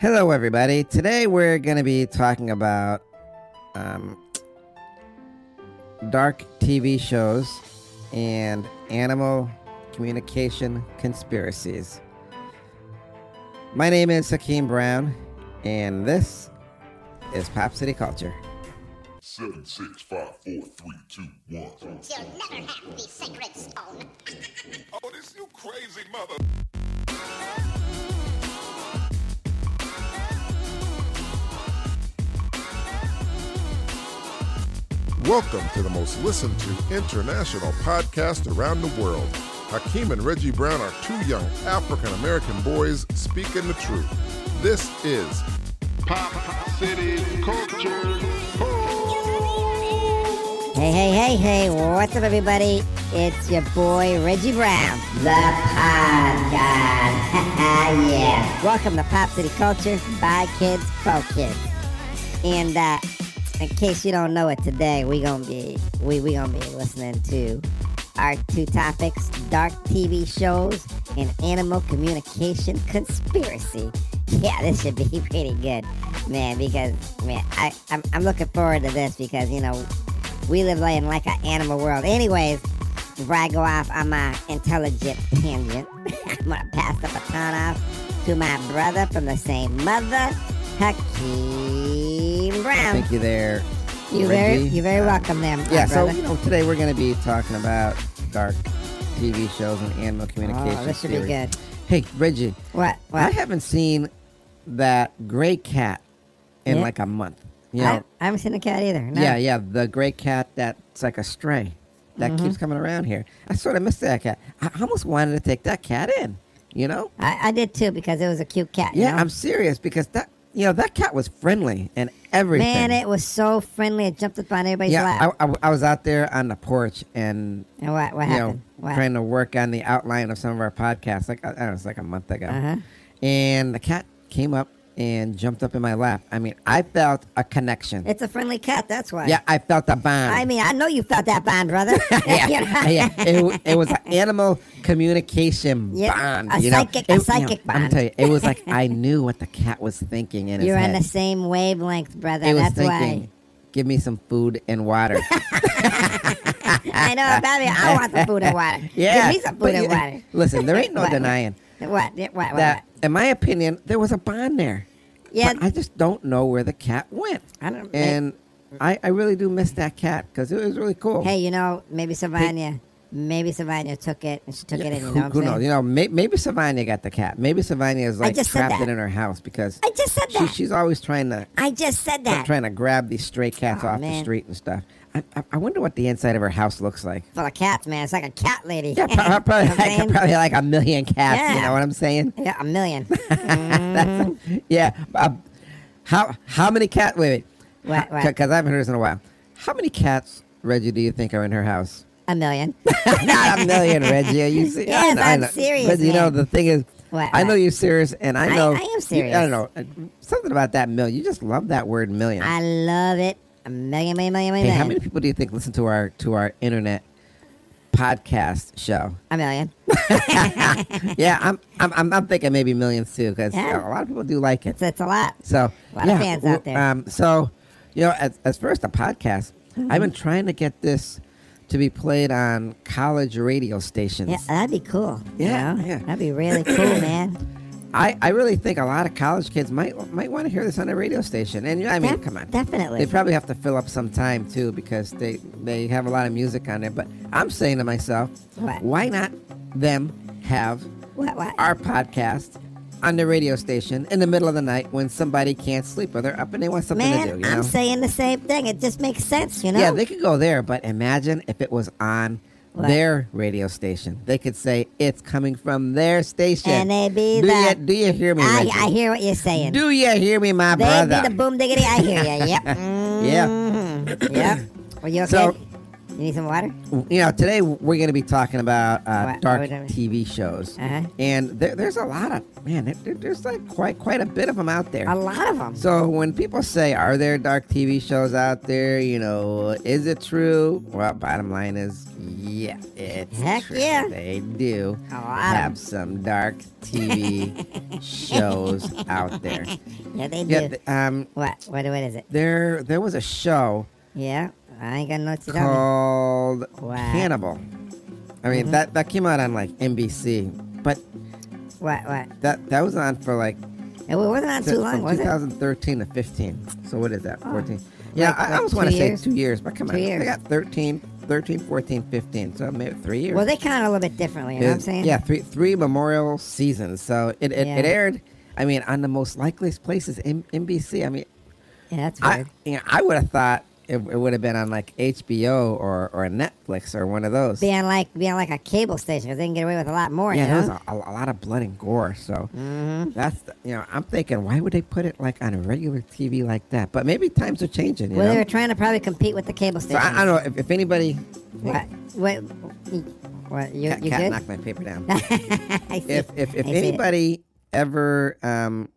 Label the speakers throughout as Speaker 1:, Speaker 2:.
Speaker 1: Hello, everybody. Today we're going to be talking about um, dark TV shows and animal communication conspiracies. My name is Hakeem Brown, and this is Pop City Culture.
Speaker 2: Seven, six, five, four, three, two, one.
Speaker 3: You'll never have the sacred stone.
Speaker 2: Oh, this you crazy mother.
Speaker 4: Welcome to the most listened to international podcast around the world. Hakeem and Reggie Brown are two young African American boys speaking the truth. This is
Speaker 2: Pop City Culture.
Speaker 5: Hey, hey, hey, hey, what's up, everybody? It's your boy, Reggie Brown. The Pod God. yeah. Welcome to Pop City Culture by Kids for Kids. And uh, in case you don't know it today, we gonna be we we gonna be listening to our two topics: dark TV shows and animal communication conspiracy. Yeah, this should be pretty good, man. Because man, I I'm, I'm looking forward to this because you know we live in like an animal world. Anyways, before I go off on my intelligent tangent, I'm gonna pass the baton off to my brother from the same mother, Hakeem Brown.
Speaker 1: Thank you there.
Speaker 5: You very,
Speaker 1: Reggie.
Speaker 5: you very
Speaker 1: Um,
Speaker 5: welcome there, my
Speaker 1: Yeah, so
Speaker 5: brother.
Speaker 1: you know, today we're going to be talking about dark TV shows and animal communication.
Speaker 5: oh, this should be
Speaker 1: theory.
Speaker 5: good.
Speaker 1: Hey, Reggie,
Speaker 5: What? What?
Speaker 1: I haven't seen that gray cat in
Speaker 5: Yeah.
Speaker 1: like a month. You know,
Speaker 5: I, I haven't seen a cat either. No.
Speaker 1: yeah, yeah, the gray cat that's like a stray that
Speaker 5: Mm-hmm.
Speaker 1: keeps coming around here. I sort of missed that cat. I I almost wanted to take that cat in. You know?
Speaker 5: I, I did too because it was a cute cat. you
Speaker 1: Yeah,
Speaker 5: know?
Speaker 1: I'm serious because that you know that cat was friendly and everything.
Speaker 5: man, it was so friendly. It jumped up on everybody's lap.
Speaker 1: yeah, I, I, I was out there on the porch and
Speaker 5: and what? What
Speaker 1: you
Speaker 5: happened?
Speaker 1: know,
Speaker 5: what?
Speaker 1: trying to work on the outline of some of our podcasts. Like I don't know, it's like a month ago,
Speaker 5: Uh-huh.
Speaker 1: and the cat came up and jumped up in my lap. I mean, I felt a connection.
Speaker 5: it's a friendly cat. That's why.
Speaker 1: yeah, I felt a bond.
Speaker 5: I mean, I know you felt that bond, brother.
Speaker 1: yeah,
Speaker 5: You know?
Speaker 1: yeah. It, wa- it was an animal communication
Speaker 5: Yeah,
Speaker 1: bond.
Speaker 5: a
Speaker 1: you know?
Speaker 5: psychic- a
Speaker 1: It- you know,
Speaker 5: psychic
Speaker 1: I'm
Speaker 5: bond.
Speaker 1: telling you, it was like I knew what the cat was thinking in his
Speaker 5: You're on
Speaker 1: head.
Speaker 5: the same wavelength, brother.
Speaker 1: it was
Speaker 5: That's
Speaker 1: thinking,
Speaker 5: why.
Speaker 1: "Give me some food and water."
Speaker 5: I know, baby. I want the food and water.
Speaker 1: yeah,
Speaker 5: Give me some food
Speaker 1: but
Speaker 5: and
Speaker 1: you-
Speaker 5: water.
Speaker 1: Listen, there ain't no
Speaker 5: What-
Speaker 1: denying.
Speaker 5: What? What? What? what,
Speaker 1: that, in my opinion, there was a bond there.
Speaker 5: Yeah.
Speaker 1: But I just don't know where the cat went.
Speaker 5: I don't-
Speaker 1: And I, I really do miss that cat because it was really cool.
Speaker 5: Hey, you know, maybe Savannah, maybe Savannah took it and she took it in. You know
Speaker 1: who,
Speaker 5: what I'm
Speaker 1: who
Speaker 5: saying?
Speaker 1: knows? You know, may, maybe Savannah got the cat. Maybe Savannah is like
Speaker 5: just said
Speaker 1: trapped it
Speaker 5: that.
Speaker 1: in her house because
Speaker 5: I just said
Speaker 1: she,
Speaker 5: that.
Speaker 1: she's always trying to
Speaker 5: I just said that.
Speaker 1: trying to grab these stray cats
Speaker 5: Aw,
Speaker 1: off the
Speaker 5: man.
Speaker 1: street and stuff. I, I, I wonder what the inside of her house looks like.
Speaker 5: Full of cats, man. It's like a cat lady.
Speaker 1: Yeah, pro-
Speaker 5: You
Speaker 1: probably,
Speaker 5: know what I'm
Speaker 1: like,
Speaker 5: saying?
Speaker 1: probably like a million cats. You
Speaker 5: Yeah.
Speaker 1: know what I'm saying?
Speaker 5: yeah, a million.
Speaker 1: Yeah. Uh, how how many cat? Wait, wait.
Speaker 5: What, what?
Speaker 1: Because I haven't heard this in a while. How many cats, Reggie? Do you think are in her house?
Speaker 5: a million.
Speaker 1: Not a million, Reggie. Are you see,
Speaker 5: Yes, I'm serious,
Speaker 1: But you know
Speaker 5: man.
Speaker 1: the thing is,
Speaker 5: What,
Speaker 1: I know
Speaker 5: what?
Speaker 1: you're serious, and I
Speaker 5: I-
Speaker 1: know
Speaker 5: I am
Speaker 1: I
Speaker 5: serious.
Speaker 1: don't know uh, something about that million. You just love that word million.
Speaker 5: I love it. A million, million, million,
Speaker 1: hey,
Speaker 5: million.
Speaker 1: how many people do you think listen to our to our internet podcast show?
Speaker 5: A million.
Speaker 1: yeah, I'm, I'm I'm I'm thinking maybe millions too because
Speaker 5: Yeah.
Speaker 1: a lot of people do like it.
Speaker 5: It's, it's a lot.
Speaker 1: So
Speaker 5: A lot of
Speaker 1: yeah,
Speaker 5: fans out
Speaker 1: w-
Speaker 5: there.
Speaker 1: Um, so you know, as, as far as the podcast,
Speaker 5: Mm-hmm.
Speaker 1: I've been trying to get this to be played on college radio stations.
Speaker 5: Yeah, that'd be cool. you
Speaker 1: Yeah,
Speaker 5: know?
Speaker 1: yeah.
Speaker 5: That'd be really cool, man.
Speaker 1: I, I really think a lot of college kids might might want to hear this on a radio station. And I mean,
Speaker 5: Def-
Speaker 1: come on,
Speaker 5: definitely.
Speaker 1: They probably have to fill up some time too because they they have a lot of music on there. But I'm saying to myself,
Speaker 5: What?
Speaker 1: why not them have
Speaker 5: What, what?
Speaker 1: our podcast? On the radio station in the middle of the night when somebody can't sleep or they're up and they want something
Speaker 5: Man,
Speaker 1: to do. You know?
Speaker 5: I'm saying the same thing. It just makes sense, you know?
Speaker 1: Yeah, they could go there, but imagine if it was on
Speaker 5: What?
Speaker 1: their radio station. They could say it's coming from their station.
Speaker 5: And they be
Speaker 1: do
Speaker 5: the-
Speaker 1: you, do you hear me?
Speaker 5: I,
Speaker 1: Reggie?
Speaker 5: I hear what you're saying.
Speaker 1: Do you hear me, my
Speaker 5: they
Speaker 1: brother?
Speaker 5: be the boom diggity. I hear you. Yep. Mm,
Speaker 1: yeah.
Speaker 5: yep. Are you okay?
Speaker 1: So,
Speaker 5: You need some water?
Speaker 1: You know, today we're going to be talking about uh,
Speaker 5: What?
Speaker 1: dark
Speaker 5: What are we-
Speaker 1: TV shows,
Speaker 5: Uh-huh.
Speaker 1: and there, there's a lot of man. There, there- there's like quite quite a bit of them out there.
Speaker 5: A lot of them.
Speaker 1: So when people say, "Are there dark TV shows out there?" You know, is it true? Well, bottom line is, yeah, it's
Speaker 5: Heck
Speaker 1: true.
Speaker 5: yeah.
Speaker 1: They do
Speaker 5: A lot of 'em.
Speaker 1: have some dark TV shows out there.
Speaker 5: yeah, they do.
Speaker 1: Yeah, th- um,
Speaker 5: what? What? What is it?
Speaker 1: there there was a show
Speaker 5: Yeah, I ain't got notes to tell me.
Speaker 1: called
Speaker 5: Wow. Mm-hmm.
Speaker 1: Hannibal. I mean, that that came out on like NBC, but
Speaker 5: What? What?
Speaker 1: that that was on for like
Speaker 5: It wasn't on
Speaker 1: t-
Speaker 5: too long,
Speaker 1: from
Speaker 5: was it? Oh.
Speaker 1: 2013 to 15. So what is that? 14. Yeah,
Speaker 5: Like-
Speaker 1: I, I
Speaker 5: like
Speaker 1: almost
Speaker 5: two
Speaker 1: want to say
Speaker 5: years?
Speaker 1: two years, but come
Speaker 5: Two
Speaker 1: on,
Speaker 5: years.
Speaker 1: they got 13, 13, 14, 15. So maybe three years.
Speaker 5: Well, they count a little bit differently. You know what I'm
Speaker 1: It-
Speaker 5: saying?
Speaker 1: Yeah, three three memorial seasons. So it it,
Speaker 5: Yeah.
Speaker 1: it aired. I mean, on the most likeliest places, M- NBC. I mean,
Speaker 5: Yeah, that's
Speaker 1: I
Speaker 5: weird.
Speaker 1: you know, I would have thought it, it would have been on like HBO or or Netflix or one of those.
Speaker 5: being like being like a cable station, 'cause they can get away with a lot more.
Speaker 1: Yeah,
Speaker 5: you know?
Speaker 1: there's a, a, a lot of blood and gore. So
Speaker 5: Mm-hmm.
Speaker 1: that's the, you know, I'm thinking, why would they put it like on a regular TV like that? But maybe times are changing. You
Speaker 5: well,
Speaker 1: know?
Speaker 5: they were trying to probably compete with the cable
Speaker 1: so
Speaker 5: station.
Speaker 1: I, I don't know if, if anybody.
Speaker 5: What? What? What? You,
Speaker 1: Cat,
Speaker 5: you
Speaker 1: cat
Speaker 5: good?
Speaker 1: knocked my paper down.
Speaker 5: I see.
Speaker 1: if if, if
Speaker 5: I see it.
Speaker 1: anybody ever um,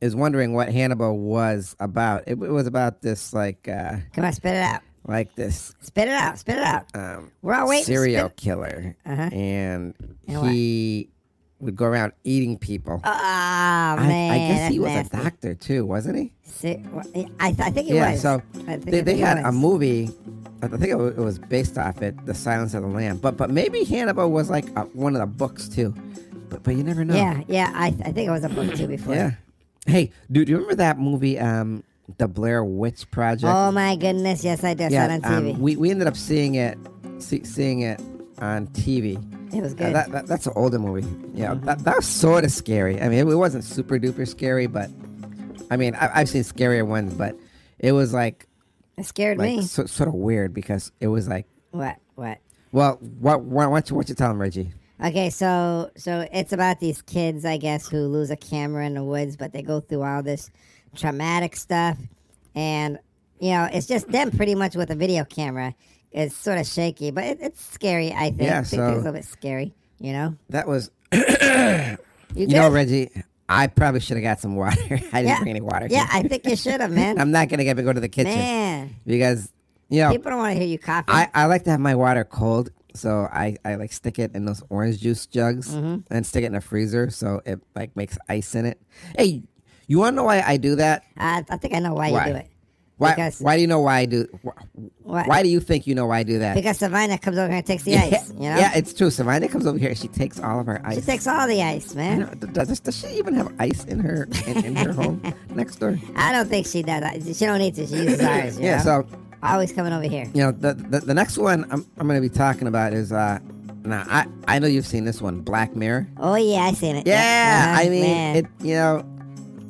Speaker 1: is wondering what Hannibal was about, it, it was about this like uh,
Speaker 5: Come on, spit it out.
Speaker 1: like this
Speaker 5: Spit it out. Spit it out.
Speaker 1: um,
Speaker 5: We're all waiting.
Speaker 1: serial
Speaker 5: Spit-
Speaker 1: killer, and,
Speaker 5: And what?
Speaker 1: he would go around eating people.
Speaker 5: oh, man.
Speaker 1: I, I guess
Speaker 5: that's
Speaker 1: he was
Speaker 5: nasty.
Speaker 1: a doctor too, wasn't he?
Speaker 5: Se- what- I, th- I think it
Speaker 1: Yeah,
Speaker 5: was.
Speaker 1: so
Speaker 5: I think-
Speaker 1: they,
Speaker 5: I
Speaker 1: they
Speaker 5: think it
Speaker 1: had a
Speaker 5: was.
Speaker 1: movie. I think it wa- it was based off it, The Silence of the Lamb. But but maybe Hannibal was like uh one of the books too. But but you never know.
Speaker 5: Yeah, yeah. I, I think it was a book too before.
Speaker 1: Yeah. Hey, dude, do you remember that movie, um, The Blair Witch Project?
Speaker 5: Oh my goodness! Yes, I do. I saw it on TV.
Speaker 1: Um, we we ended up seeing it, see, seeing it on TV.
Speaker 5: it was
Speaker 1: Uh,
Speaker 5: good. Mm-hmm.
Speaker 1: that, that, that's an older movie. Yeah, that, that was sort of scary. I mean, it, wasn't super duper scary, but I mean, I, I've seen scarier ones, but it was like
Speaker 5: it scared
Speaker 1: like
Speaker 5: me.
Speaker 1: so, sort of weird because it was like,
Speaker 5: What? What?
Speaker 1: well, what, why why don't you, why don't you tell him, Reggie?
Speaker 5: Okay, so so it's about these kids, I guess, who lose a camera in the woods, but they go through all this traumatic stuff, and you know, it's just them pretty much with a video camera. It's sort of shaky, but it, it's scary. I think.
Speaker 1: Yeah,
Speaker 5: I think it's
Speaker 1: so-
Speaker 5: a little bit scary. You know.
Speaker 1: That was, you
Speaker 5: You,
Speaker 1: know,
Speaker 5: good?
Speaker 1: Reggie, I probably should have got some water. I didn't
Speaker 5: Yeah.
Speaker 1: bring any water.
Speaker 5: Yeah, I think you should have, man.
Speaker 1: I'm not gonna get go to the kitchen
Speaker 5: man,
Speaker 1: because you know
Speaker 5: people don't want to hear you cough.
Speaker 1: I, I like to have my water cold, so I, I like stick it in those orange juice jugs
Speaker 5: Mm-hmm.
Speaker 1: and stick it in the freezer so it like makes ice in it. Hey, you want to know why I do that?
Speaker 5: I, I think I know why,
Speaker 1: Why?
Speaker 5: you do it.
Speaker 1: Why
Speaker 5: Because-
Speaker 1: why do you know why I do? Why,
Speaker 5: Why-
Speaker 1: why do you think you know why I do that?
Speaker 5: Because Savannah comes over here and takes the
Speaker 1: yeah,
Speaker 5: ice. You know,
Speaker 1: yeah, it's true. Savannah comes over here and she takes all of her ice.
Speaker 5: she takes all the ice,
Speaker 1: I
Speaker 5: man.
Speaker 1: know, d- does, does she even have ice in her in, in her home next door?
Speaker 5: I don't think she does. I- She don't need to. She uses ours. You
Speaker 1: Yeah,
Speaker 5: know?
Speaker 1: so
Speaker 5: always coming over here.
Speaker 1: you know the the, the next one I'm, I'm going to be talking about is uh now I I know you've seen this one Black Mirror.
Speaker 5: Oh yeah, I seen it.
Speaker 1: Yeah,
Speaker 5: Uh-huh,
Speaker 1: I mean,
Speaker 5: man.
Speaker 1: it. You know,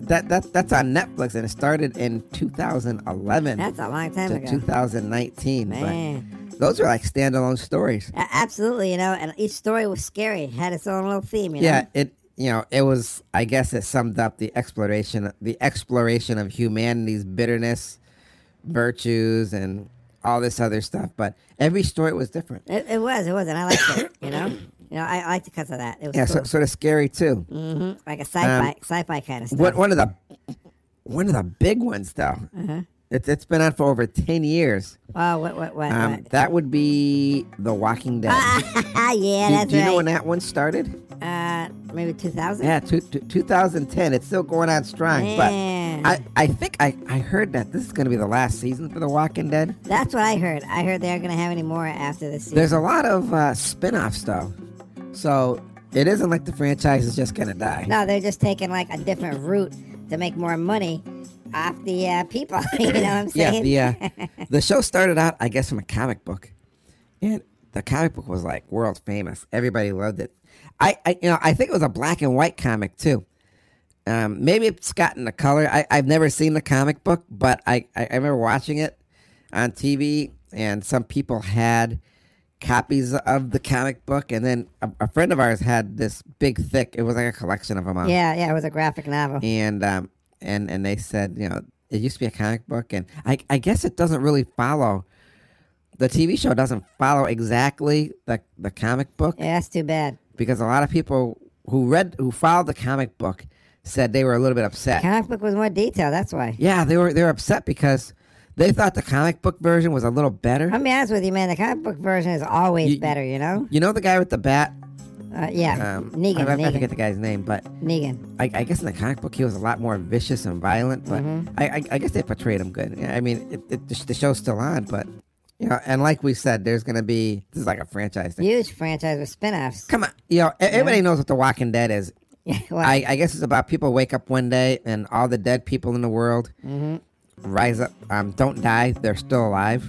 Speaker 1: that that that's on Netflix, and it started in 2011
Speaker 5: that's a long time
Speaker 1: to
Speaker 5: ago.
Speaker 1: 2019.
Speaker 5: Man.
Speaker 1: But those are like standalone stories.
Speaker 5: A- absolutely, you know, and each story was scary. Had its own little theme. You know?
Speaker 1: Yeah, it. You know, it was. I guess it summed up the exploration, the exploration of humanity's bitterness, virtues, and all this other stuff. But every story was different.
Speaker 5: It, it was. It was, and I liked it. You know, you know, I, I liked it because of that. It was
Speaker 1: Yeah, so, um,
Speaker 5: cool.
Speaker 1: sort of scary too.
Speaker 5: hmm like a sci-fi, sci-fi kind of stuff.
Speaker 1: One, one of the one of the big ones though.
Speaker 5: Uh-huh.
Speaker 1: It's it's been on for over ten years.
Speaker 5: Oh, what, what, what?
Speaker 1: Um,
Speaker 5: what?
Speaker 1: that would be The Walking Dead.
Speaker 5: yeah,
Speaker 1: do,
Speaker 5: Ah, that's
Speaker 1: do you know
Speaker 5: right.
Speaker 1: when that one started?
Speaker 5: uh, maybe two thousand.
Speaker 1: Yeah, two, two, 2010. It's still going on strong.
Speaker 5: Man.
Speaker 1: But I, I think I, I heard that this is going to be the last season for The Walking Dead.
Speaker 5: That's what I heard. I heard they aren't gonna have any more after this season.
Speaker 1: There's a lot of uh, spin offs, though. So it isn't like the franchise is just going to die.
Speaker 5: No, they're just taking like a different route to make more money off the uh, people. you know what I'm
Speaker 1: Yeah,
Speaker 5: saying?
Speaker 1: the, uh, the show started out, I guess, from a comic book. And the comic book was like world famous. Everybody loved it. I, I you know, I think it was a black and white comic too. Um, maybe it's gotten the color. I, I've never seen the comic book, but I, I, I remember watching it on TV, and some people had copies of the comic book, and then a, a friend of ours had this big thick. It was like a collection of them. All
Speaker 5: yeah, yeah. It was a graphic novel.
Speaker 1: and um, and and they said, you know, it used to be a comic book, and I I guess it doesn't really follow the TV show doesn't follow exactly the the comic book
Speaker 5: Yeah, that's too bad.
Speaker 1: because a lot of people who read who followed the comic book said they were a little bit upset.
Speaker 5: Comic book was more detailed. That's why.
Speaker 1: yeah, they were they were upset because they thought the comic book version was a little better.
Speaker 5: I'll be honest with you, man. The comic book version is always
Speaker 1: You-
Speaker 5: better. You know?
Speaker 1: you know the guy with the bat.
Speaker 5: Uh, yeah.
Speaker 1: Um,
Speaker 5: Negan.
Speaker 1: I, I
Speaker 5: Negan.
Speaker 1: forget the guy's name, but
Speaker 5: Negan.
Speaker 1: I, I guess in the comic book he was a lot more vicious and violent. But I, I, I guess they portrayed him good. I mean, it, it, the sh- the show's still on, but you know, and like we said, there's gonna be this is like a franchise thing.
Speaker 5: Huge franchise with spin-offs.
Speaker 1: Come on, you know, e- everybody knows what The Walking Dead is.
Speaker 5: well,
Speaker 1: I, I guess it's about people wake up one day and all the dead people in the world rise up, um, don't die, they're still alive,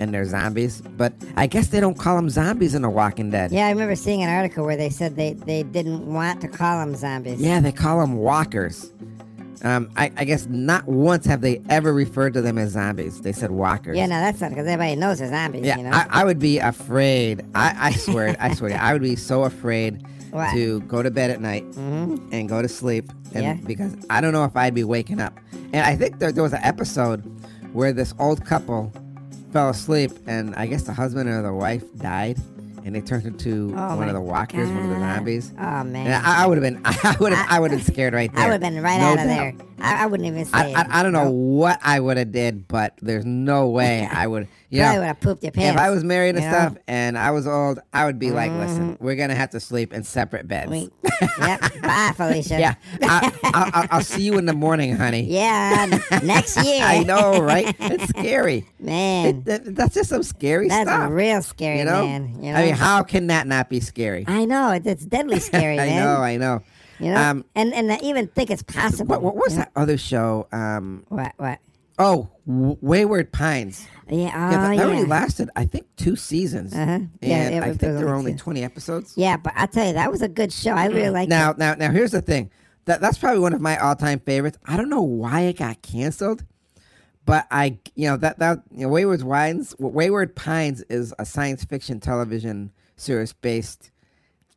Speaker 1: and they're zombies. But I guess they don't call them zombies in The Walking Dead.
Speaker 5: yeah, I remember seeing an article where they said they, they didn't want to call them zombies.
Speaker 1: Yeah, they call them walkers. Um, I, I guess not once have they ever referred to them as zombies. They said walkers.
Speaker 5: Yeah, no, that's not because everybody knows they're zombies.
Speaker 1: Yeah,
Speaker 5: you know?
Speaker 1: I, I would be afraid. I, I swear, it, I swear, to you, I would be so afraid
Speaker 5: What? Mm-hmm.
Speaker 1: to go to bed at night and go to sleep, and
Speaker 5: Yeah.
Speaker 1: because I don't know if I'd be waking up. And I think there, there was an episode where this old couple fell asleep, and I guess the husband or the wife died, and they turned into
Speaker 5: Oh
Speaker 1: one
Speaker 5: my
Speaker 1: of the walkers, one of the
Speaker 5: God.
Speaker 1: zombies.
Speaker 5: Oh man.
Speaker 1: And I, I would have been, I would have, I would have been scared right there.
Speaker 5: I would have been right
Speaker 1: No
Speaker 5: out
Speaker 1: doubt.
Speaker 5: of there. I, I wouldn't even say
Speaker 1: I,
Speaker 5: it.
Speaker 1: I, I don't know what I would have did, but there's no way I would. You
Speaker 5: Probably
Speaker 1: know,
Speaker 5: would have pooped your pants.
Speaker 1: If I was married and
Speaker 5: you know? Mm-hmm.
Speaker 1: stuff and I was old, I would be like, listen, we're going to have to sleep in separate beds.
Speaker 5: We- yep. Bye, Felicia.
Speaker 1: yeah. I, I, I'll, I'll see you in the morning, honey.
Speaker 5: Yeah. n- Next year.
Speaker 1: I know, right? It's scary.
Speaker 5: Man.
Speaker 1: It, that, that's just some scary
Speaker 5: That's
Speaker 1: stuff.
Speaker 5: real scary,
Speaker 1: you know?
Speaker 5: man. You know?
Speaker 1: I mean, how can that not be scary?
Speaker 5: I know. It, it's deadly scary,
Speaker 1: I
Speaker 5: man.
Speaker 1: know, I know.
Speaker 5: You know?
Speaker 1: Um,
Speaker 5: and and I even think it's possible.
Speaker 1: what, what was
Speaker 5: you know?
Speaker 1: that other show? Um,
Speaker 5: What? What?
Speaker 1: oh, W- Wayward Pines.
Speaker 5: Yeah. Oh,
Speaker 1: Yeah, that, that
Speaker 5: yeah.
Speaker 1: only lasted, I think, two seasons.
Speaker 5: Uh-huh. Yeah,
Speaker 1: And
Speaker 5: it
Speaker 1: I
Speaker 5: was-
Speaker 1: think
Speaker 5: it was
Speaker 1: there were
Speaker 5: only
Speaker 1: only
Speaker 5: two.
Speaker 1: 20 episodes.
Speaker 5: Yeah, but I tell you, that was a good show. I really liked
Speaker 1: Mm. Now,
Speaker 5: it.
Speaker 1: now, now, here's the thing. That that's probably one of my all-time favorites. I don't know why it got canceled, but I, you know, that that you know, Wayward Wines, Wayward Pines is a science fiction television series based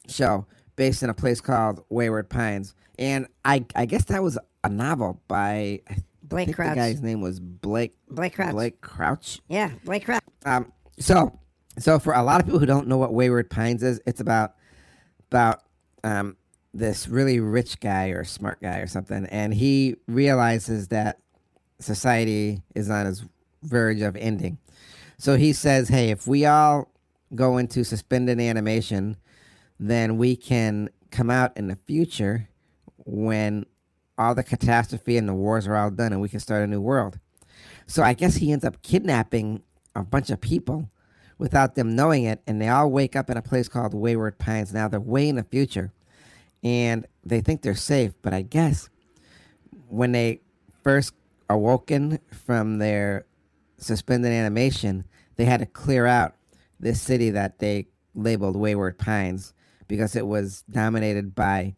Speaker 1: show based in a place called Wayward Pines, and I, I guess that was a novel by I
Speaker 5: Blake
Speaker 1: think
Speaker 5: Crouch.
Speaker 1: The guy's name was Blake
Speaker 5: Blake Crouch.
Speaker 1: Blake Crouch.
Speaker 5: Yeah, Blake Crouch.
Speaker 1: Um, so, so for a lot of people who don't know what Wayward Pines is, it's about about um, this really rich guy or smart guy or something, and he realizes that society is on its verge of ending. So he says, "Hey, if we all go into suspended animation, then we can come out in the future when all the catastrophe and the wars are all done, and we can start a new world." So I guess he ends up kidnapping a bunch of people without them knowing it, and they all wake up in a place called Wayward Pines. Now they're way in the future, and they think they're safe, but I guess when they first awoken from their suspended animation, they had to clear out this city that they labeled Wayward Pines because it was dominated by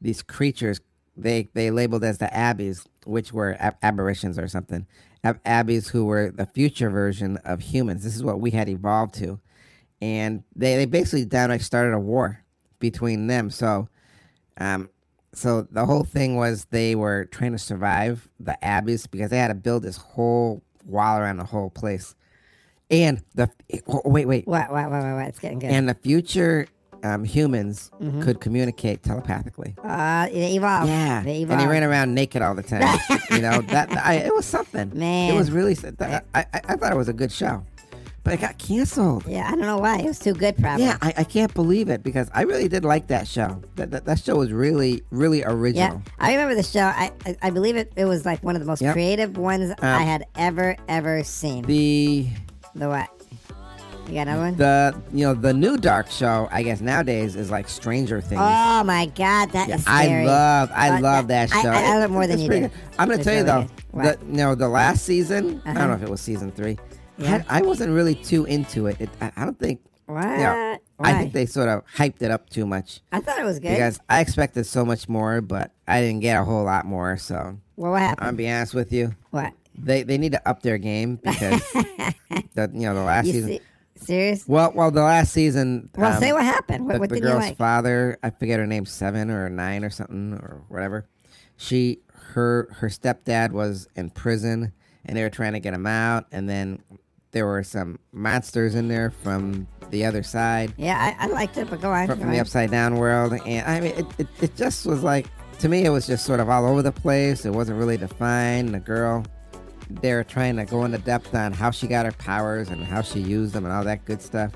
Speaker 1: these creatures they they labeled as the abbeys, which were ab- aberrations or something. Ab- abbeys who were the future version of humans. This is what we had evolved to, and they they basically downright started a war between them. So, um, so the whole thing was they were trying to survive the abbeys because they had to build this whole wall around the whole place, and the oh, wait wait
Speaker 5: What? What? What? What? what? It's getting good.
Speaker 1: and the future um, humans could communicate telepathically.
Speaker 5: uh, they evolved.
Speaker 1: Yeah,
Speaker 5: They evolved.
Speaker 1: and he ran around naked all the time. you know that I, it was something.
Speaker 5: Man.
Speaker 1: it was really. That, I, I I thought it was a good show, but it got canceled.
Speaker 5: yeah, I don't know why. It was too good, probably.
Speaker 1: Yeah, I, I can't believe it because I really did like that show. That that, that show was really really
Speaker 5: Yeah,
Speaker 1: original.
Speaker 5: I remember the show. I I, I believe it, it was like one of the most
Speaker 1: Yep. Um,
Speaker 5: creative ones I had ever ever seen. The,
Speaker 1: The
Speaker 5: what? You got another one?
Speaker 1: the you know the new dark show I guess nowadays is like Stranger Things.
Speaker 5: oh my God, that is
Speaker 1: Yeah, I
Speaker 5: scary.
Speaker 1: love, I
Speaker 5: Uh,
Speaker 1: love
Speaker 5: yeah,
Speaker 1: that show.
Speaker 5: I, I, love it more than
Speaker 1: It's
Speaker 5: you
Speaker 1: pretty
Speaker 5: do.
Speaker 1: good. I'm gonna
Speaker 5: It's
Speaker 1: tell you though,
Speaker 5: really good.
Speaker 1: the,
Speaker 5: What?
Speaker 1: no, the last season. I
Speaker 5: Uh-huh.
Speaker 1: don't know if it was season three.
Speaker 5: Yeah.
Speaker 1: had- I wasn't really too into it. it I, I don't think.
Speaker 5: What?
Speaker 1: Yeah, I
Speaker 5: Why?
Speaker 1: think they sort of hyped it up too much
Speaker 5: I thought it was good.
Speaker 1: because I expected so much more, but I didn't get a whole lot more. So
Speaker 5: well, what happened?
Speaker 1: I'm be honest with you,
Speaker 5: what?
Speaker 1: they they need to up their game because the you know the last
Speaker 5: You
Speaker 1: season.
Speaker 5: see, serious?
Speaker 1: Well, well, the last season.
Speaker 5: Well,
Speaker 1: um,
Speaker 5: say what happened. What,
Speaker 1: the,
Speaker 5: what
Speaker 1: the
Speaker 5: did you
Speaker 1: girl's
Speaker 5: like?
Speaker 1: father, I forget her name, seven or nine or something or whatever. She, her, her stepdad was in prison, and they were trying to get him out, and then there were some monsters in there from the other side,
Speaker 5: Yeah, I, I liked it, but go on.
Speaker 1: from,
Speaker 5: go
Speaker 1: from the
Speaker 5: on.
Speaker 1: upside down world, and I mean, it, it, it just was like to me, it was just sort of all over the place. It wasn't really defined. The girl, they were trying to go into depth on how she got her powers and how she used them and all that good stuff.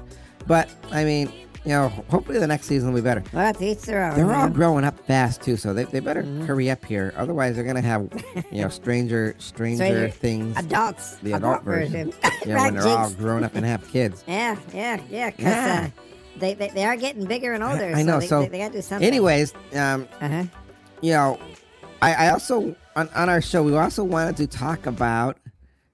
Speaker 1: But I mean, you know, hopefully the next season will be better.
Speaker 5: Well, to each their own.
Speaker 1: They're
Speaker 5: you
Speaker 1: all
Speaker 5: know.
Speaker 1: growing up fast too, so they, they better hurry up here. Otherwise, they're gonna have, you know, stranger stranger
Speaker 5: Stranger-
Speaker 1: things.
Speaker 5: adults.
Speaker 1: the adult version. you know,
Speaker 5: right,
Speaker 1: when they're all
Speaker 5: Jinx?
Speaker 1: grown up and have kids.
Speaker 5: Yeah, yeah, yeah. 'cause,
Speaker 1: Yeah.
Speaker 5: uh, they, they they are getting bigger and older.
Speaker 1: I know.
Speaker 5: they,
Speaker 1: So,
Speaker 5: they, they got to do something.
Speaker 1: Anyways, um,
Speaker 5: Uh huh.
Speaker 1: you know, I, I also on, on our show we also wanted to talk about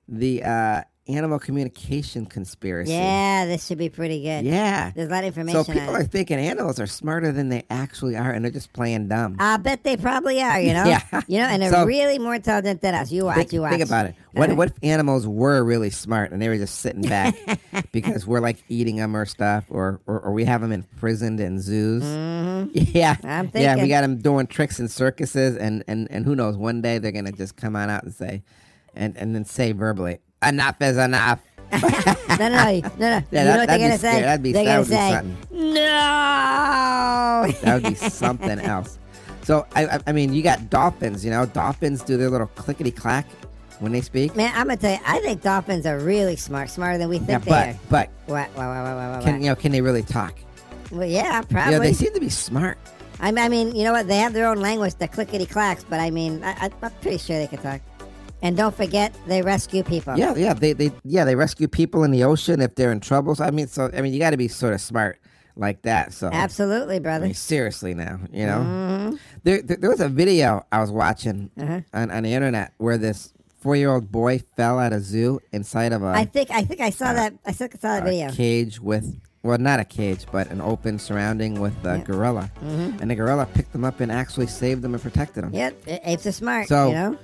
Speaker 1: the uh, animal communication conspiracy.
Speaker 5: Yeah, this should be pretty good.
Speaker 1: yeah.
Speaker 5: There's a lot of information.
Speaker 1: So people
Speaker 5: on
Speaker 1: are
Speaker 5: it.
Speaker 1: thinking animals are smarter than they actually are, and they're just playing dumb.
Speaker 5: I bet they probably are. You know.
Speaker 1: Yeah.
Speaker 5: You know, and they're
Speaker 1: So-
Speaker 5: really more intelligent than us. You watch.
Speaker 1: Think,
Speaker 5: you watch.
Speaker 1: think about it. What
Speaker 5: Uh-huh.
Speaker 1: what if animals were really smart and they were just sitting back because we're like eating them or stuff, or or, or we have them imprisoned in zoos? Yeah,
Speaker 5: Mm-hmm. I'm
Speaker 1: yeah, we
Speaker 5: thinking.
Speaker 1: got them doing tricks in circuses, and and and who knows? One day they're gonna just come on out and say, and and then say verbally, enough is enough.
Speaker 5: No, no, no, no. no.
Speaker 1: Yeah,
Speaker 5: you know
Speaker 1: that- that'd
Speaker 5: what they're
Speaker 1: be
Speaker 5: gonna
Speaker 1: scary.
Speaker 5: say?
Speaker 1: That'd be-
Speaker 5: they're
Speaker 1: that would
Speaker 5: gonna
Speaker 1: be
Speaker 5: say,
Speaker 1: something.
Speaker 5: "No."
Speaker 1: That would be something else. So I, I I mean, you got dolphins. You know, dolphins do their little clickety clack when they speak.
Speaker 5: Man, I'm gonna tell you, I think dolphins are really smart, smarter than we think
Speaker 1: Yeah,
Speaker 5: they
Speaker 1: but
Speaker 5: are.
Speaker 1: but
Speaker 5: What? What? What? What? What? what,
Speaker 1: can
Speaker 5: what?
Speaker 1: you know can they really talk?
Speaker 5: Well, yeah,
Speaker 1: Yeah,
Speaker 5: probably.
Speaker 1: they seem to be smart.
Speaker 5: I, I mean, you know what? They have their own language, the clickety clacks, but I mean, I, I, I'm pretty sure they can talk. And don't forget, they rescue people.
Speaker 1: Yeah, yeah, they, they yeah they rescue people in the ocean if they're in trouble. So, I mean, so I mean, you got to be sort of smart like that. So
Speaker 5: Absolutely, Mm-hmm.
Speaker 1: I
Speaker 5: brother.
Speaker 1: mean, seriously now, you know, there, there there was a video I was watching
Speaker 5: Uh-huh.
Speaker 1: on, on the internet where this four year old boy fell at a zoo inside of a
Speaker 5: I think I think I
Speaker 1: Uh,
Speaker 5: saw that. I think I saw that
Speaker 1: a
Speaker 5: video.
Speaker 1: cage with well not a cage but an open surrounding with a gorilla,
Speaker 5: Mm-hmm.
Speaker 1: and the gorilla picked them up and actually saved them and protected them.
Speaker 5: Yep, a- apes are smart.
Speaker 1: So-
Speaker 5: you know.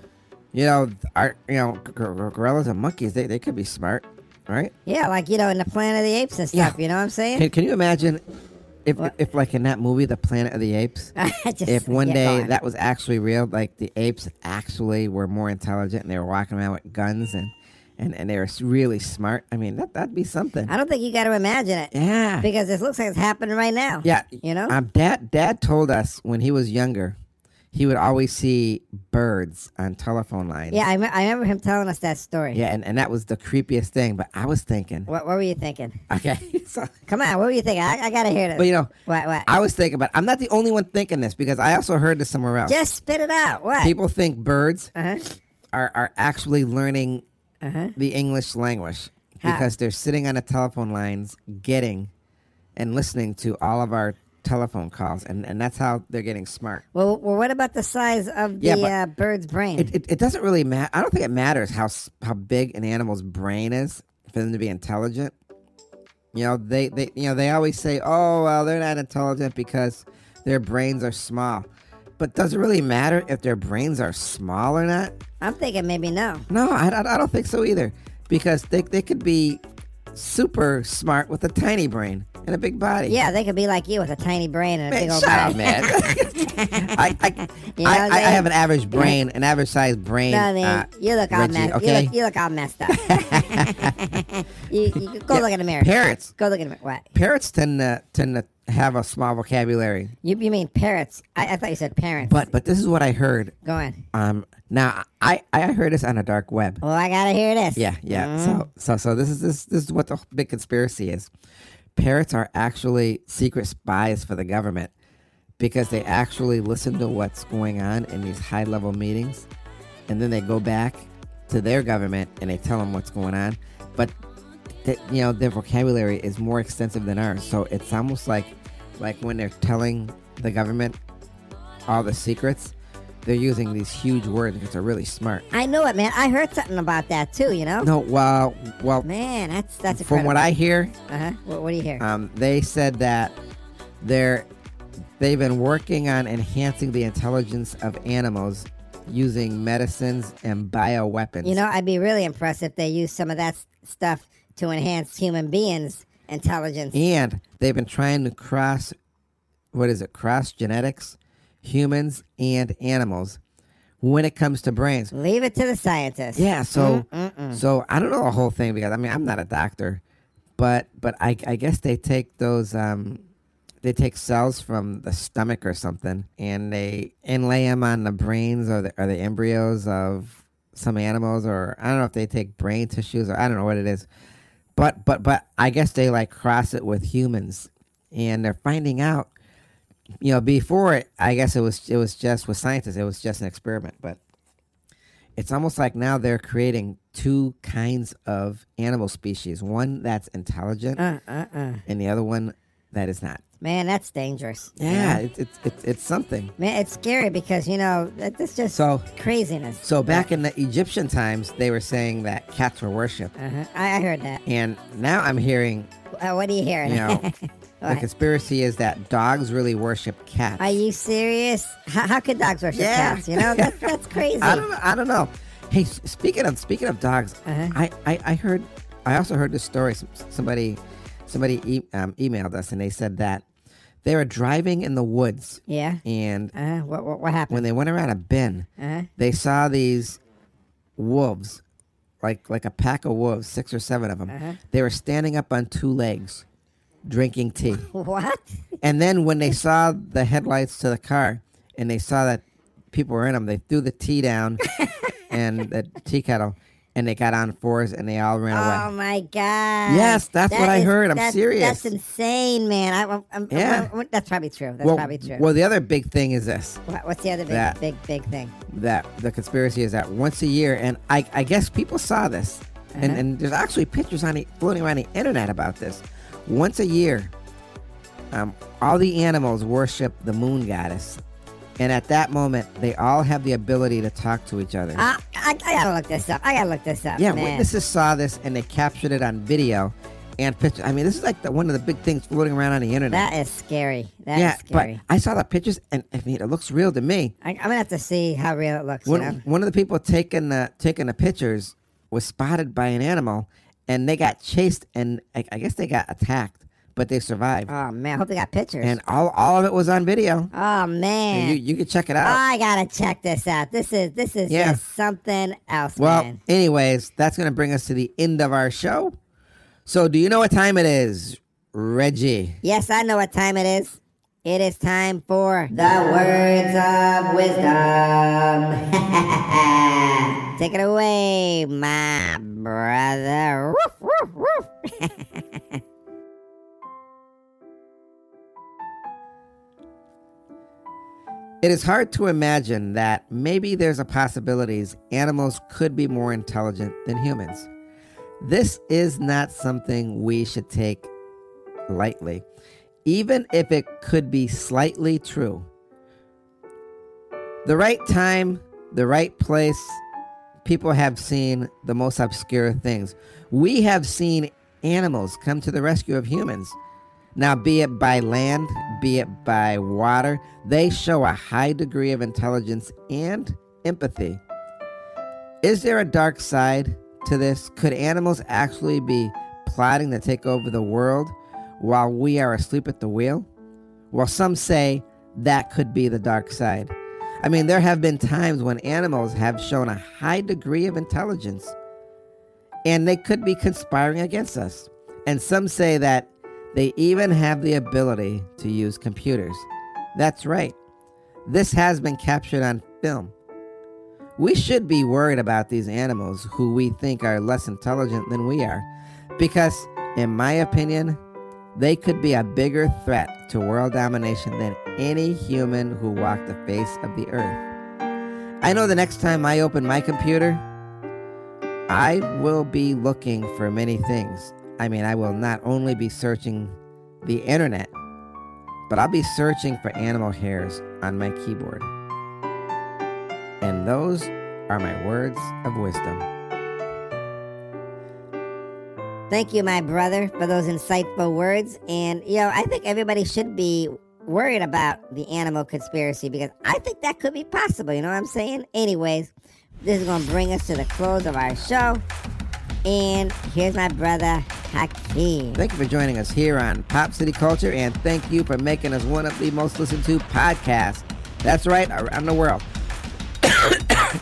Speaker 1: You know, our, you know, g- g- gorillas and monkeys they they could be smart, right?
Speaker 5: Yeah, like you know, in the Planet of the Apes and stuff.
Speaker 1: Yeah.
Speaker 5: You know what I'm saying?
Speaker 1: Can, can you imagine if,
Speaker 5: What?
Speaker 1: if like in that movie, The Planet of the Apes,
Speaker 5: I just-
Speaker 1: if one
Speaker 5: yeah, go
Speaker 1: day
Speaker 5: on.
Speaker 1: that was actually real, like the apes actually were more intelligent and they were walking around with guns and and, and they were s- really smart. I mean, that that'd be something.
Speaker 5: I don't think you got to imagine it
Speaker 1: yeah,
Speaker 5: because this looks like it's happening right now.
Speaker 1: yeah.
Speaker 5: you know.
Speaker 1: um, Dad Dad told us when he was younger, he would always see birds on telephone lines.
Speaker 5: yeah, I, me- I remember him telling us that story.
Speaker 1: yeah, and, and that was the creepiest thing. But I was thinking,
Speaker 5: What, what were you thinking?
Speaker 1: okay, so
Speaker 5: Come on, what were you thinking? I, I gotta hear this.
Speaker 1: but you know,
Speaker 5: what? What?
Speaker 1: I was thinking about. I'm not the only one thinking this because I also heard this somewhere else.
Speaker 5: Just spit it out. What?
Speaker 1: people think birds
Speaker 5: Uh-huh.
Speaker 1: are, are actually learning the English language
Speaker 5: How?
Speaker 1: because they're sitting on the telephone lines getting and listening to all of our telephone calls and, and that's how they're getting smart.
Speaker 5: Well, well, what about the size of the
Speaker 1: Yeah, but-
Speaker 5: uh, bird's brain?
Speaker 1: It, it, it doesn't really matter. I don't think it matters how s- how big an animal's brain is for them to be intelligent. You know they, they you know they always say oh well they're not intelligent because their brains are small, but does it really matter if their brains are small or not?
Speaker 5: I'm thinking maybe no.
Speaker 1: No, I, I, I don't think so either. Because they, they could be super smart with a tiny brain and a big body.
Speaker 5: Yeah, they could be like you with a tiny brain and a
Speaker 1: Man,
Speaker 5: big old
Speaker 1: shut
Speaker 5: body.
Speaker 1: up, man. I, I,
Speaker 5: You know
Speaker 1: I,
Speaker 5: what I'm
Speaker 1: I- I
Speaker 5: saying?
Speaker 1: have an average brain, an average sized brain.
Speaker 5: No, I mean,
Speaker 1: uh,
Speaker 5: you look all
Speaker 1: Reggie,
Speaker 5: messed.
Speaker 1: okay?
Speaker 5: You, look, you look all messed up. you, you go look in the mirror.
Speaker 1: Parrots.
Speaker 5: Go look in the mirror. What?
Speaker 1: Parrots tend to tend to have a small vocabulary,
Speaker 5: You, you mean parrots? I, I thought you said parents.
Speaker 1: but but this is what I heard.
Speaker 5: go on.
Speaker 1: Um, now I I heard this on a dark web.
Speaker 5: Well, I gotta hear this.
Speaker 1: Yeah, yeah. So so so this is this this is what the big conspiracy is. Parrots are actually secret spies for the government because they actually listen to what's going on in these high level meetings and then they go back to their government and they tell them what's going on. But th- you know, their vocabulary is more extensive than ours. So it's almost like like when they're telling the government all the secrets, they're using these huge words because they're really smart.
Speaker 5: I know it, man. I heard something about that too. You know.
Speaker 1: No, well, well,
Speaker 5: Man, that's that's
Speaker 1: from
Speaker 5: incredible.
Speaker 1: what I hear,
Speaker 5: uh huh. What, what do you hear?
Speaker 1: um, they said that they're they've been working on enhancing the intelligence of animals using medicines and bioweapons.
Speaker 5: You know, I'd be really impressed if they used some of that s- stuff to enhance human beings' intelligence.
Speaker 1: and they've been trying to cross what is it? Cross genetics, humans and animals when it comes to brains.
Speaker 5: Leave it to the scientists.
Speaker 1: Yeah, so so I don't know the whole thing because I mean I'm not a doctor, but but I I guess they take those um they take cells from the stomach or something and they inlay them on the brains or the or the embryos of some animals or I don't know if they take brain tissues or I don't know what it is, but but but I guess they like cross it with humans and they're finding out you know before it I guess it was it was just with scientists it was just an experiment but it's almost like now they're creating two kinds of animal species one that's intelligent and the other one that is not
Speaker 5: Man, that's dangerous.
Speaker 1: yeah it's it's it's, it's something
Speaker 5: Man, it's scary because, you know, that this just
Speaker 1: So-
Speaker 5: craziness.
Speaker 1: so back in the egyptian times they were saying that cats were worshipped
Speaker 5: Uh-huh. I, I heard that.
Speaker 1: and now i'm hearing
Speaker 5: Uh, what are you hearing?
Speaker 1: you know the
Speaker 5: What?
Speaker 1: conspiracy is that dogs really worship cats
Speaker 5: Are you serious? How, how could dogs worship
Speaker 1: Yeah.
Speaker 5: cats? You know, that's, that's crazy.
Speaker 1: I don't know. I don't know. Hey, s- speaking of speaking of dogs,
Speaker 5: Uh-huh.
Speaker 1: I, I I heard I also heard this story. Some- Somebody somebody e- um, emailed us and they said that they were driving in the woods
Speaker 5: Yeah.
Speaker 1: and
Speaker 5: Uh, what, what, what happened?
Speaker 1: when they went around a bin,
Speaker 5: Uh-huh.
Speaker 1: they saw these wolves, like like a pack of wolves, six or seven of them.
Speaker 5: Uh-huh.
Speaker 1: They were standing up on two legs, drinking tea.
Speaker 5: Uh-huh. What?
Speaker 1: And then when they saw the headlights to the car and they saw that people were in them, they threw the tea down and the tea kettle and they got on fours and they all ran
Speaker 5: Oh
Speaker 1: away.
Speaker 5: my god!
Speaker 1: Yes, that's what I heard. I'm
Speaker 5: that-
Speaker 1: serious.
Speaker 5: That's insane, man. I, I'm, I'm,
Speaker 1: Yeah.
Speaker 5: I'm- that's probably true. That's probably true.
Speaker 1: well, the other big thing is this
Speaker 5: What- What's the other big,
Speaker 1: that-
Speaker 5: big, big thing?
Speaker 1: that the conspiracy is that once a year, and I, I guess people saw this,
Speaker 5: Uh-huh.
Speaker 1: and, and there's actually pictures on the, floating around the internet about this. Once a year, um, all the animals worship the moon goddess, and at that moment, they all have the ability to talk to each other.
Speaker 5: I, Uh, I, I gotta look this up. I gotta look this up.
Speaker 1: Yeah,
Speaker 5: man.
Speaker 1: witnesses saw this and they captured it on video and picture. I mean, this is like the, one of the big things floating around on the internet.
Speaker 5: that is scary. That is
Speaker 1: yeah,
Speaker 5: scary.
Speaker 1: but I saw the pictures and I mean, it looks real to me.
Speaker 5: I, I'm gonna have to see how real it looks.
Speaker 1: One,
Speaker 5: you know?
Speaker 1: one of the people taking the taking the pictures was spotted by an animal, and they got chased and I, I guess they got attacked, but they survived.
Speaker 5: Oh man, I hope they got pictures.
Speaker 1: and all all of it was on video.
Speaker 5: oh man, Oh,
Speaker 1: And you you could check it out.
Speaker 5: I gotta check this out. This is this is
Speaker 1: Yeah.
Speaker 5: just something else,
Speaker 1: well,
Speaker 5: man.
Speaker 1: anyways, that's gonna bring us to the end of our show. So, do you know what time it is, Reggie?
Speaker 5: Yes, I know what time it is. It is time for the words of wisdom. Take it away, my brother. Woof, woof, woof.
Speaker 1: It is hard to imagine that maybe there's a possibilities animals could be more intelligent than humans. This is not something we should take lightly, even if it could be slightly true. The right time, the right place, people have seen the most obscure things. We have seen animals come to the rescue of humans. Now, be it by land, be it by water, they show a high degree of intelligence and empathy. Is there a dark side to this? Could animals actually be plotting to take over the world while we are asleep at the wheel? Well, some say that could be the dark side. I mean, there have been times when animals have shown a high degree of intelligence and they could be conspiring against us. And some say that they even have the ability to use computers. That's right. This has been captured on film. We should be worried about these animals who we think are less intelligent than we are, because, in my opinion, they could be a bigger threat to world domination than any human who walked the face of the earth. I know the next time I open my computer, I will be looking for many things. I mean, I will not only be searching the internet, but I'll be searching for animal hairs on my keyboard. And those are my words of wisdom.
Speaker 5: Thank you, my brother, for those insightful words. And, you know, I think everybody should be worried about the animal conspiracy because I think that could be possible. You know what I'm saying? Anyways, this is going to bring us to the close of our show. And here's my brother, Hakeem.
Speaker 1: Thank you for joining us here on Pop City Culture, and thank you for making us one of the most listened to podcasts. That's right, around the world.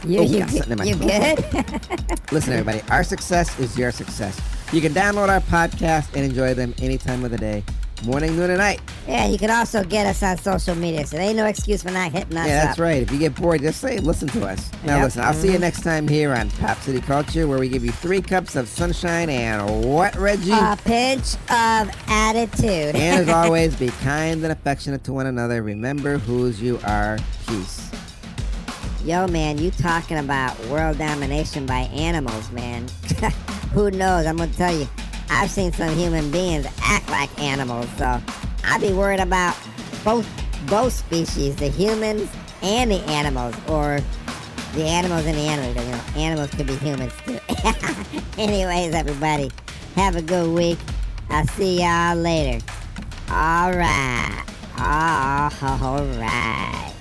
Speaker 5: You,
Speaker 1: Oh,
Speaker 5: you,
Speaker 1: got something in my
Speaker 5: you
Speaker 1: throat.
Speaker 5: good?
Speaker 1: Listen, everybody, our success is your success. You can download our podcast and enjoy them any time of the day, morning, noon, and night.
Speaker 5: yeah, you can also get us on social media, so there ain't no excuse for not hitting us
Speaker 1: Yeah, that's
Speaker 5: up.
Speaker 1: right. If you get bored, just say, listen to us. Now,
Speaker 5: Yep. Mm-hmm.
Speaker 1: listen, I'll see you next time here on Pop City Culture, where we give you three cups of sunshine and what, Reggie?
Speaker 5: A pinch of
Speaker 1: and
Speaker 5: attitude.
Speaker 1: as always, be kind and affectionate to one another. Remember whose you are. Peace.
Speaker 5: Yo, man, you talking about world domination by animals, man. Who knows? I'm going to tell you, I've seen some human beings act like animals, so I'd be worried about both both species, the humans and the animals, or the animals and the animals. You know, animals could be humans, too. Anyways, everybody, have a good week. I'll see y'all later. All right. All right.